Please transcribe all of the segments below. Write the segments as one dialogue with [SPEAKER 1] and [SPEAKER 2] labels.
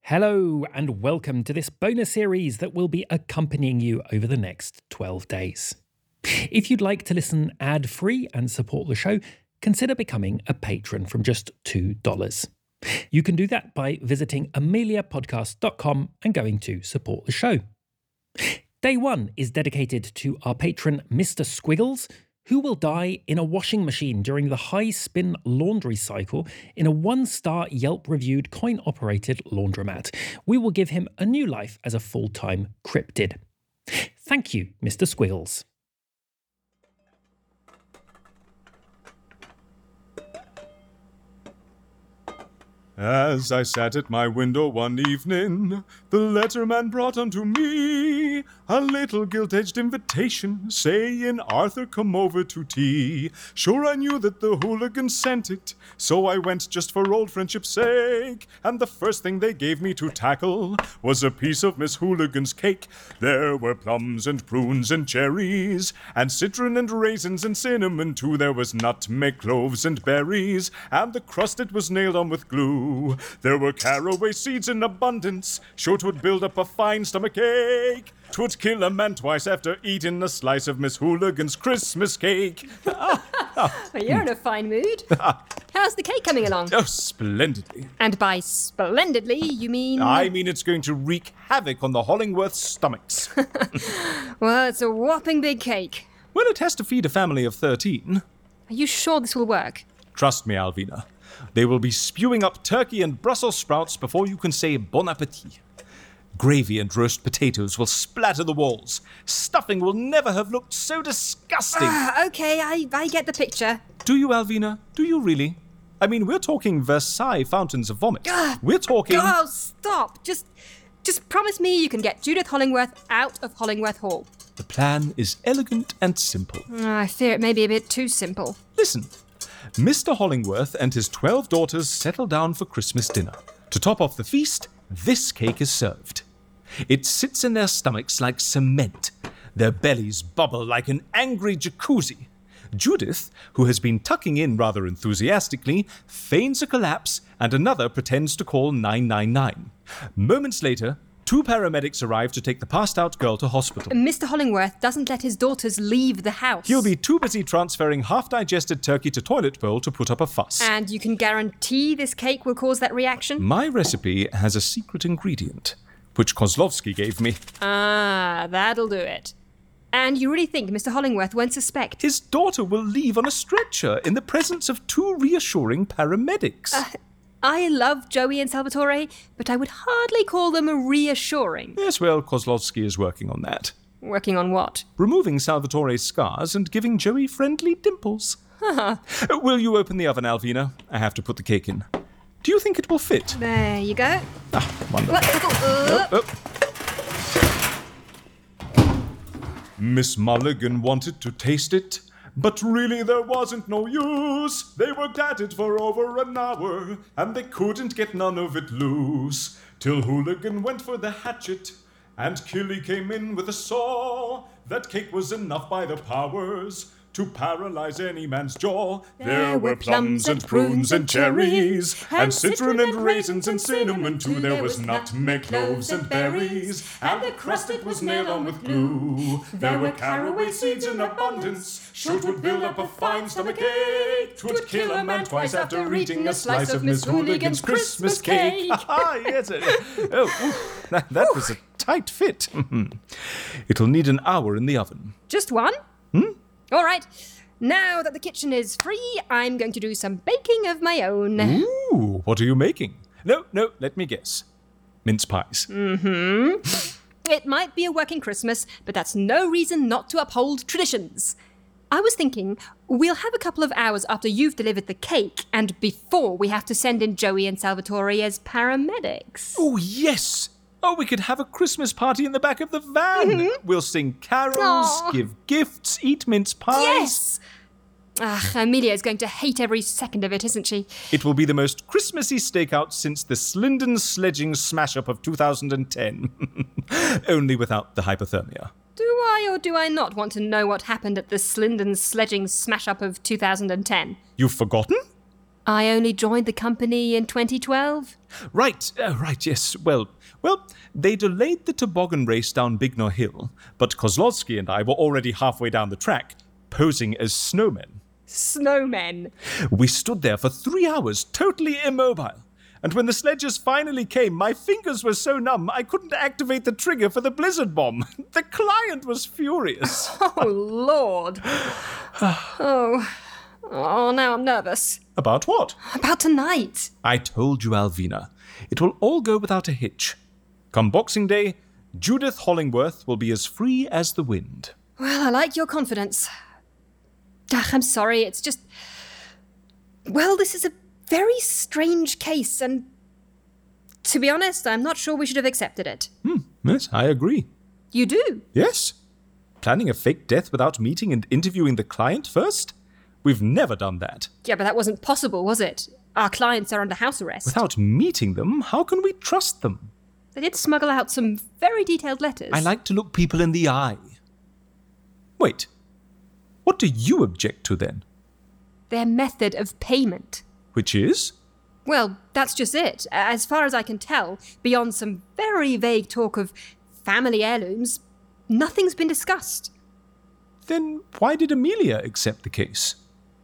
[SPEAKER 1] Hello, and welcome to this bonus series that will be accompanying you over the next 12 days. If you'd like to listen ad free and support the show, consider becoming a patron from just $2. You can do that by visiting ameliapodcast.com and going to support the show. Day one is dedicated to our patron, Mr. Squiggles, who will die in a washing machine during the high spin laundry cycle in a one star Yelp reviewed coin operated laundromat. We will give him a new life as a full time cryptid. Thank you, Mr. Squiggles.
[SPEAKER 2] As I sat at my window one evening, the letterman brought unto me a little gilt edged invitation, saying, Arthur, come over to tea. Sure, I knew that the hooligan sent it, so I went just for old friendship's sake. And the first thing they gave me to tackle was a piece of Miss Hooligan's cake. There were plums and prunes and cherries, and citron and raisins and cinnamon, too. There was nutmeg, cloves, and berries, and the crust it was nailed on with glue. There were caraway seeds in abundance, sure 'twould build up a fine stomach ache. 'Twould kill a man twice after eating a slice of Miss Hooligan's Christmas cake.
[SPEAKER 3] Well, you're in a fine mood. How's the cake coming along?
[SPEAKER 2] Oh, splendidly.
[SPEAKER 3] And by splendidly, you mean.
[SPEAKER 2] I mean, it's going to wreak havoc on the Hollingworth stomachs.
[SPEAKER 3] Well, it's a whopping big cake.
[SPEAKER 2] well, it has to feed a family of 13.
[SPEAKER 3] Are you sure this will work?
[SPEAKER 2] Trust me, Alvina. They will be spewing up turkey and Brussels sprouts before you can say bon appetit. Gravy and roast potatoes will splatter the walls. Stuffing will never have looked so disgusting.
[SPEAKER 3] Ah, okay, I, I get the picture.
[SPEAKER 2] Do you, Alvina? Do you really? I mean, we're talking Versailles fountains of vomit.
[SPEAKER 3] Ah,
[SPEAKER 2] We're talking.
[SPEAKER 3] Oh, stop! Just. Just promise me you can get Judith Hollingworth out of Hollingworth Hall.
[SPEAKER 2] The plan is elegant and simple.
[SPEAKER 3] Ah, I fear it may be a bit too simple.
[SPEAKER 2] Listen, Mr. Hollingworth and his 12 daughters settle down for Christmas dinner. To top off the feast, this cake is served. It sits in their stomachs like cement. Their bellies bubble like an angry jacuzzi. Judith, who has been tucking in rather enthusiastically, feigns a collapse and another pretends to call 999. Moments later, two paramedics arrive to take the passed out girl to hospital.
[SPEAKER 3] Mr. Hollingworth doesn't let his daughters leave the house.
[SPEAKER 2] He'll be too busy transferring half digested turkey to toilet bowl to put up a fuss.
[SPEAKER 3] And you can guarantee this cake will cause that reaction?
[SPEAKER 2] My recipe has a secret ingredient, which Kozlovsky gave me.
[SPEAKER 3] Ah, that'll do it. And you really think Mr. Hollingworth won't suspect?
[SPEAKER 2] His daughter will leave on a stretcher in the presence of two reassuring paramedics.
[SPEAKER 3] I love Joey and Salvatore, but I would hardly call them reassuring.
[SPEAKER 2] yes, well, Kozlovsky is working on that.
[SPEAKER 3] Working on what?
[SPEAKER 2] Removing Salvatore's scars and giving Joey friendly dimples. Uh, will you open the oven, Alvina? I have to put the cake in. Do you think it will fit?
[SPEAKER 3] There you go.
[SPEAKER 2] Ah, wonderful. Oh,
[SPEAKER 3] Uh,
[SPEAKER 2] Miss Mulligan wanted to taste it, but really there wasn't no use. They worked at it for over an hour, and they couldn't get none of it loose. Till Hooligan went for the hatchet, and Killy came in with a saw. That cake was enough by the powers
[SPEAKER 4] to paralyze any man's jaw. There were plums and prunes and cherries, and citron and raisins and cinnamon too. There was nutmeg, cloves and berries, and the crust it was nailed on with glue. There were caraway seeds in abundance. Sure, 'twould build up a fine stomach ache. 'Twould kill a man twice after eating a slice of Miss Hooligan's Christmas cake.
[SPEAKER 2] Ah, yes. it- Oh, oof, that, that was a tight fit. It'll need an hour in the oven.
[SPEAKER 3] Just one? Hmm? All right. Now that the kitchen is free, I'm going to do some baking of my own.
[SPEAKER 2] Ooh, what are you making? No, no, let me guess. Mince pies.
[SPEAKER 4] Mm.
[SPEAKER 3] It might be a working Christmas, but that's no reason not to uphold traditions. I was thinking we'll have a couple of hours after you've delivered the cake and before we have to send in Joey and Salvatore as paramedics.
[SPEAKER 2] Oh, yes. Oh, we could have a Christmas party in the back of the van.
[SPEAKER 4] Mm-hmm.
[SPEAKER 2] We'll sing carols,
[SPEAKER 3] Aw.
[SPEAKER 2] give gifts, eat mince pies.
[SPEAKER 3] Yes! Ugh, Amelia is going to hate every second of it, isn't she?
[SPEAKER 2] It will be the most Christmassy stakeout since the Slindon sledging smash up of 2010. Only without the hypothermia.
[SPEAKER 3] Do I or do I not want to know what happened at the Slindon sledging smash up of 2010?
[SPEAKER 2] You've forgotten?
[SPEAKER 3] I only joined the company in 2012.
[SPEAKER 2] Right, uh, right, yes. Well, well, they delayed the toboggan race down Bignor Hill, but Kozlowski and I were already halfway down the track, posing as snowmen.
[SPEAKER 3] Snowmen.
[SPEAKER 2] We stood there for three hours, totally immobile. And when the sledges finally came, my fingers were so numb I couldn't activate the trigger for the blizzard bomb. The client was furious.
[SPEAKER 3] Oh, Lord. Oh. Oh, now I'm nervous.
[SPEAKER 2] About what?
[SPEAKER 3] About tonight.
[SPEAKER 2] I told you, Alvina. It will all go without a hitch. Come Boxing Day, Judith Hollingworth will be as free as the wind.
[SPEAKER 3] Well, Ah, I like your confidence. Ugh, I'm sorry, it's just. Well, this is a very strange case, and. To be honest, I'm not sure we should have accepted it.
[SPEAKER 2] Yes, I agree.
[SPEAKER 3] You do?
[SPEAKER 2] Yes. Planning a fake death without meeting and interviewing the client first? We've never done that.
[SPEAKER 3] Yeah, but that wasn't possible, was it? Our clients are under house arrest.
[SPEAKER 2] Without meeting them, how can we trust them?
[SPEAKER 3] they did smuggle out some very detailed letters.
[SPEAKER 2] I like to look people in the eye. Wait. What do you object to then?
[SPEAKER 3] their method of payment.
[SPEAKER 2] Which is?
[SPEAKER 3] Well, that's just it. As far as I can tell, beyond some very vague talk of family heirlooms, nothing's been discussed.
[SPEAKER 2] Then why did Amelia accept the case?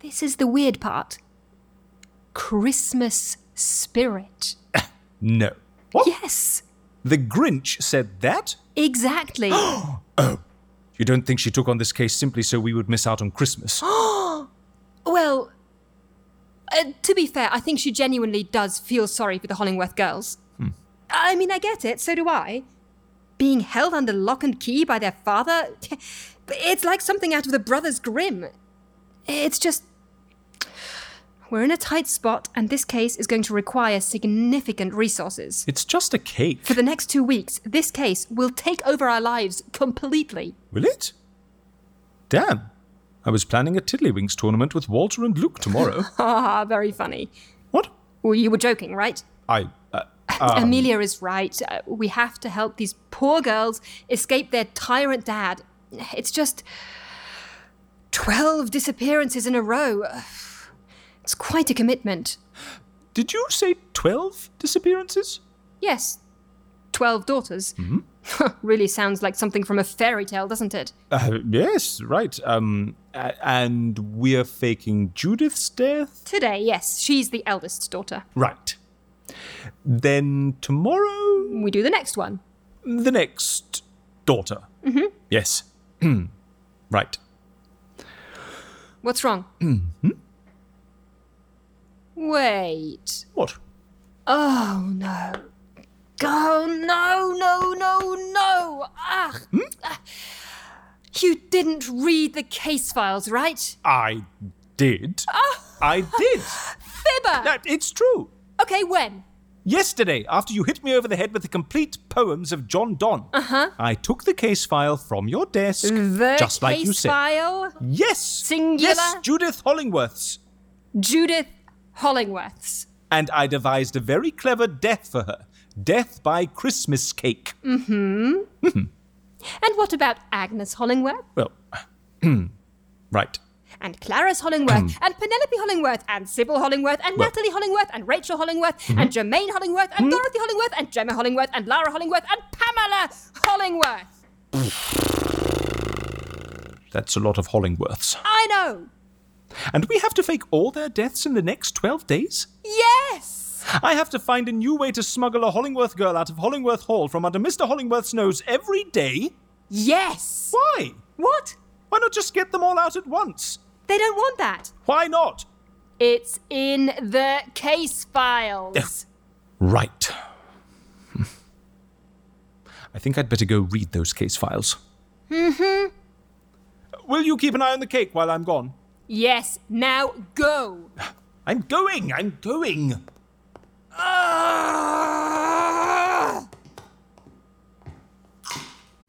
[SPEAKER 3] This is the weird part Christmas spirit.
[SPEAKER 2] No. What?
[SPEAKER 3] Yes,
[SPEAKER 2] The Grinch said that?
[SPEAKER 3] exactly.
[SPEAKER 2] You don't think she took on this case simply so we would miss out on Christmas?
[SPEAKER 3] well, uh, to be fair, I think she genuinely does feel sorry for the Hollingworth girls. I mean, I get it, so do I. Being held under lock and key by their father, it's like something out of the Brothers Grimm. It's just. We're in a tight spot, and this case is going to require significant resources.
[SPEAKER 2] it's just a cake.
[SPEAKER 3] For the next two weeks, this case will take over our lives completely.
[SPEAKER 2] Will it? Damn. I was planning a Tiddlywinks tournament with Walter and Luke tomorrow.
[SPEAKER 3] Ah, very funny.
[SPEAKER 2] what?
[SPEAKER 3] Well, you were joking, right?
[SPEAKER 2] I. Uh,
[SPEAKER 3] Amelia is right. Uh, we have to help these poor girls escape their tyrant dad. It's just 12 disappearances in a row. It's quite a commitment.
[SPEAKER 2] did you say 12 disappearances?
[SPEAKER 3] Yes, 12 daughters. really sounds like something from a fairy tale, doesn't it?
[SPEAKER 2] Uh, yes, right. Um, a- and we're faking Judith's death?
[SPEAKER 3] Today, yes, she's the eldest daughter.
[SPEAKER 2] Right. Then tomorrow,
[SPEAKER 3] We do the next one.
[SPEAKER 2] the next daughter. Mm-hmm. Yes. right.
[SPEAKER 3] What's wrong?
[SPEAKER 2] Hmm?
[SPEAKER 3] Wait.
[SPEAKER 2] What?
[SPEAKER 3] Oh no. Oh no, no, no, no. Ah.
[SPEAKER 2] Hmm?
[SPEAKER 3] Ah. You didn't read the case files, right?
[SPEAKER 2] I did. I did.
[SPEAKER 3] Ah! Fibber!
[SPEAKER 2] That, it's true.
[SPEAKER 3] Okay, when?
[SPEAKER 2] Yesterday, after you hit me over the head with the complete poems of John Donne, uh-huh. I took the case file from your desk,
[SPEAKER 3] The
[SPEAKER 2] just like
[SPEAKER 3] case
[SPEAKER 2] you said.
[SPEAKER 3] file
[SPEAKER 2] Yes, yes,
[SPEAKER 3] Singular?
[SPEAKER 2] Judith Hollingworth's,
[SPEAKER 3] Judith Hollingworth's.
[SPEAKER 2] and I devised a very clever death for her: death by Christmas cake.
[SPEAKER 3] Mm. And what about Agnes Hollingworth?
[SPEAKER 2] Well, right.
[SPEAKER 3] and Clarice
[SPEAKER 2] Hmm.
[SPEAKER 3] Hollingworth, and Penelope Hollingworth, and Sybil Hollingworth, and Natalie Hollingworth, and Rachel Hollingworth,
[SPEAKER 2] Hmm.
[SPEAKER 3] and Jermaine Hollingworth, and Dorothy Hollingworth, and Gemma Hollingworth, and Lara Hollingworth, and Pamela Hollingworth.
[SPEAKER 5] That's a lot of Hollingworths.
[SPEAKER 3] I know.
[SPEAKER 5] And we have to fake all their deaths in the next 12 days?
[SPEAKER 3] Yes.
[SPEAKER 5] I have to find a new way to smuggle a Hollingworth girl out of Hollingworth Hall from under Mr. Hollingworth's nose every day?
[SPEAKER 3] Yes.
[SPEAKER 5] Why?
[SPEAKER 3] What?
[SPEAKER 5] Why not just get them all out at once?
[SPEAKER 3] They don't want that.
[SPEAKER 5] Why not?
[SPEAKER 3] It's in the case files.
[SPEAKER 5] Right. I think I'd better go read those case files. Mm-hmm. Will you keep an eye on the cake while I'm gone?
[SPEAKER 3] yes. Now go.
[SPEAKER 5] I'm going, I'm going. Ah!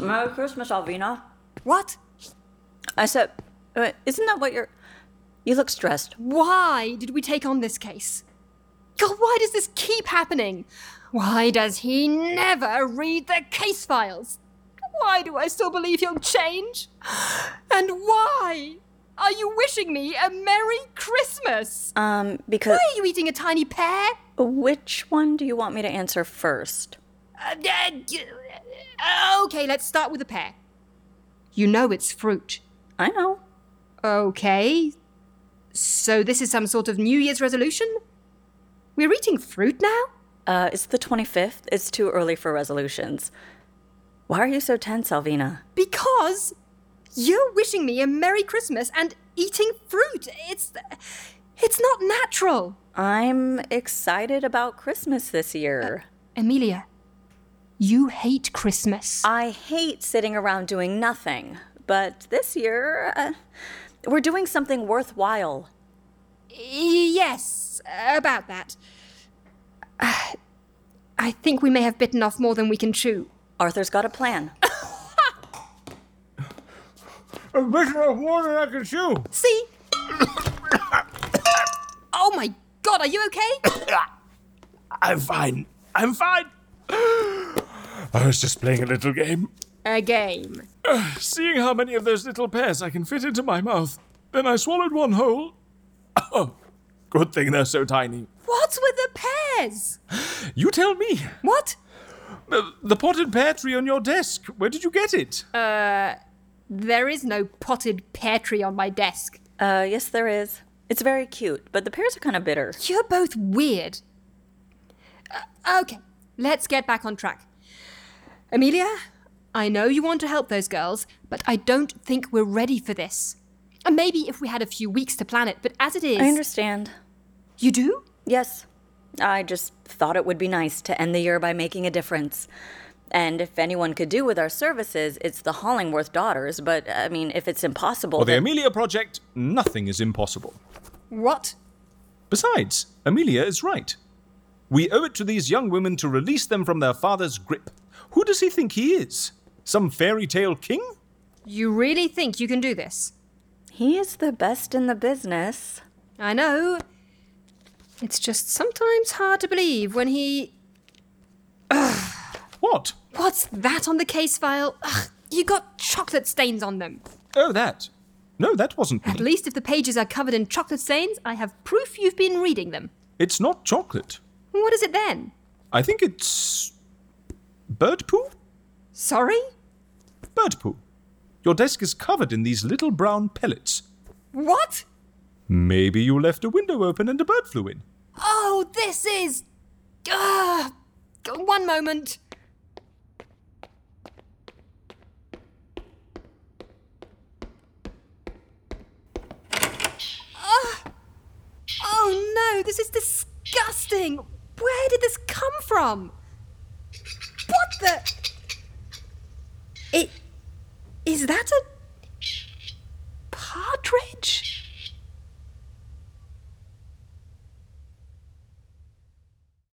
[SPEAKER 6] Merry Christmas, Alvina.
[SPEAKER 3] What?
[SPEAKER 6] I said, uh, isn't that what you're. You look stressed.
[SPEAKER 3] Why did we take on this case? God, why does this keep happening? Why does he never read the case files? Why do I still believe he'll change? And why are you wishing me a Merry Christmas?
[SPEAKER 6] Um,
[SPEAKER 3] Why
[SPEAKER 6] because.
[SPEAKER 3] are you eating a tiny pear?
[SPEAKER 6] Which one do you want me to answer first?
[SPEAKER 3] Uh, uh, y- uh, okay, let's start with the pear. You know it's fruit.
[SPEAKER 6] I know.
[SPEAKER 3] Okay. So this is some sort of New Year's resolution? We're eating fruit now?
[SPEAKER 6] Uh, it's the 25th. It's too early for resolutions. Why are you so tense, Alvina?
[SPEAKER 3] Because you're wishing me a Merry Christmas and eating fruit. It's it's not natural.
[SPEAKER 6] I'm excited about Christmas this year.
[SPEAKER 3] Amelia, you hate Christmas.
[SPEAKER 6] I hate sitting around doing nothing, but this year, uh, we're doing something worthwhile.
[SPEAKER 3] yes, about that. Uh, I think we may have bitten off more than we can chew.
[SPEAKER 6] Arthur's got a plan.
[SPEAKER 2] A bit of water I can chew.
[SPEAKER 3] See? oh my god, are you okay?
[SPEAKER 2] I'm fine. I'm fine. I was just playing a little game,
[SPEAKER 3] A game.
[SPEAKER 2] seeing how many of those little pears I can fit into my mouth. Then I swallowed one whole. Oh, good thing they're so tiny.
[SPEAKER 3] What's with the pears?
[SPEAKER 2] You tell me.
[SPEAKER 3] What?
[SPEAKER 2] Uh, The potted pear tree on your desk. Where did you get it?
[SPEAKER 3] There is no potted pear tree on my desk.
[SPEAKER 6] Uh, yes, there is. It's very cute, but the pears are kind of bitter.
[SPEAKER 3] You're both weird. Uh, okay, let's get back on track. Amelia, I know you want to help those girls, but I don't think we're ready for this. And maybe if we had a few weeks to plan it, but as it is.
[SPEAKER 6] I understand.
[SPEAKER 3] You do?
[SPEAKER 6] Yes. I just thought it would be nice to end the year by making a difference. And if anyone could do with our services, it's the Hollingworth daughters, but I mean, if it's impossible.
[SPEAKER 5] For the
[SPEAKER 6] then-
[SPEAKER 5] Amelia Project, nothing is impossible.
[SPEAKER 3] What?
[SPEAKER 5] Besides, Amelia is right. We owe it to these young women to release them from their father's grip. Who does he think he is? Some fairy tale king?
[SPEAKER 3] You really think you can do this?
[SPEAKER 6] he is the best in the business.
[SPEAKER 3] I know. It's just sometimes hard to believe when he.
[SPEAKER 5] What?
[SPEAKER 3] What's that on the case file? Ugh, you got chocolate stains on them.
[SPEAKER 5] Oh, that. No, that wasn't
[SPEAKER 3] At
[SPEAKER 2] Mm-hmm.
[SPEAKER 5] me.
[SPEAKER 3] least if the pages are covered in chocolate stains, I have proof you've been reading them.
[SPEAKER 5] It's not chocolate.
[SPEAKER 3] What is it then?
[SPEAKER 5] I think it's. bird poo?
[SPEAKER 3] Sorry?
[SPEAKER 5] Bird poo. Your desk is covered in these little brown pellets.
[SPEAKER 3] What?
[SPEAKER 5] Maybe you left a window open and a bird flew in.
[SPEAKER 3] Oh, this is. Ugh. One moment. Ugh. Uh, Oh no, this is disgusting. Where did this come from? What the? It. Is that a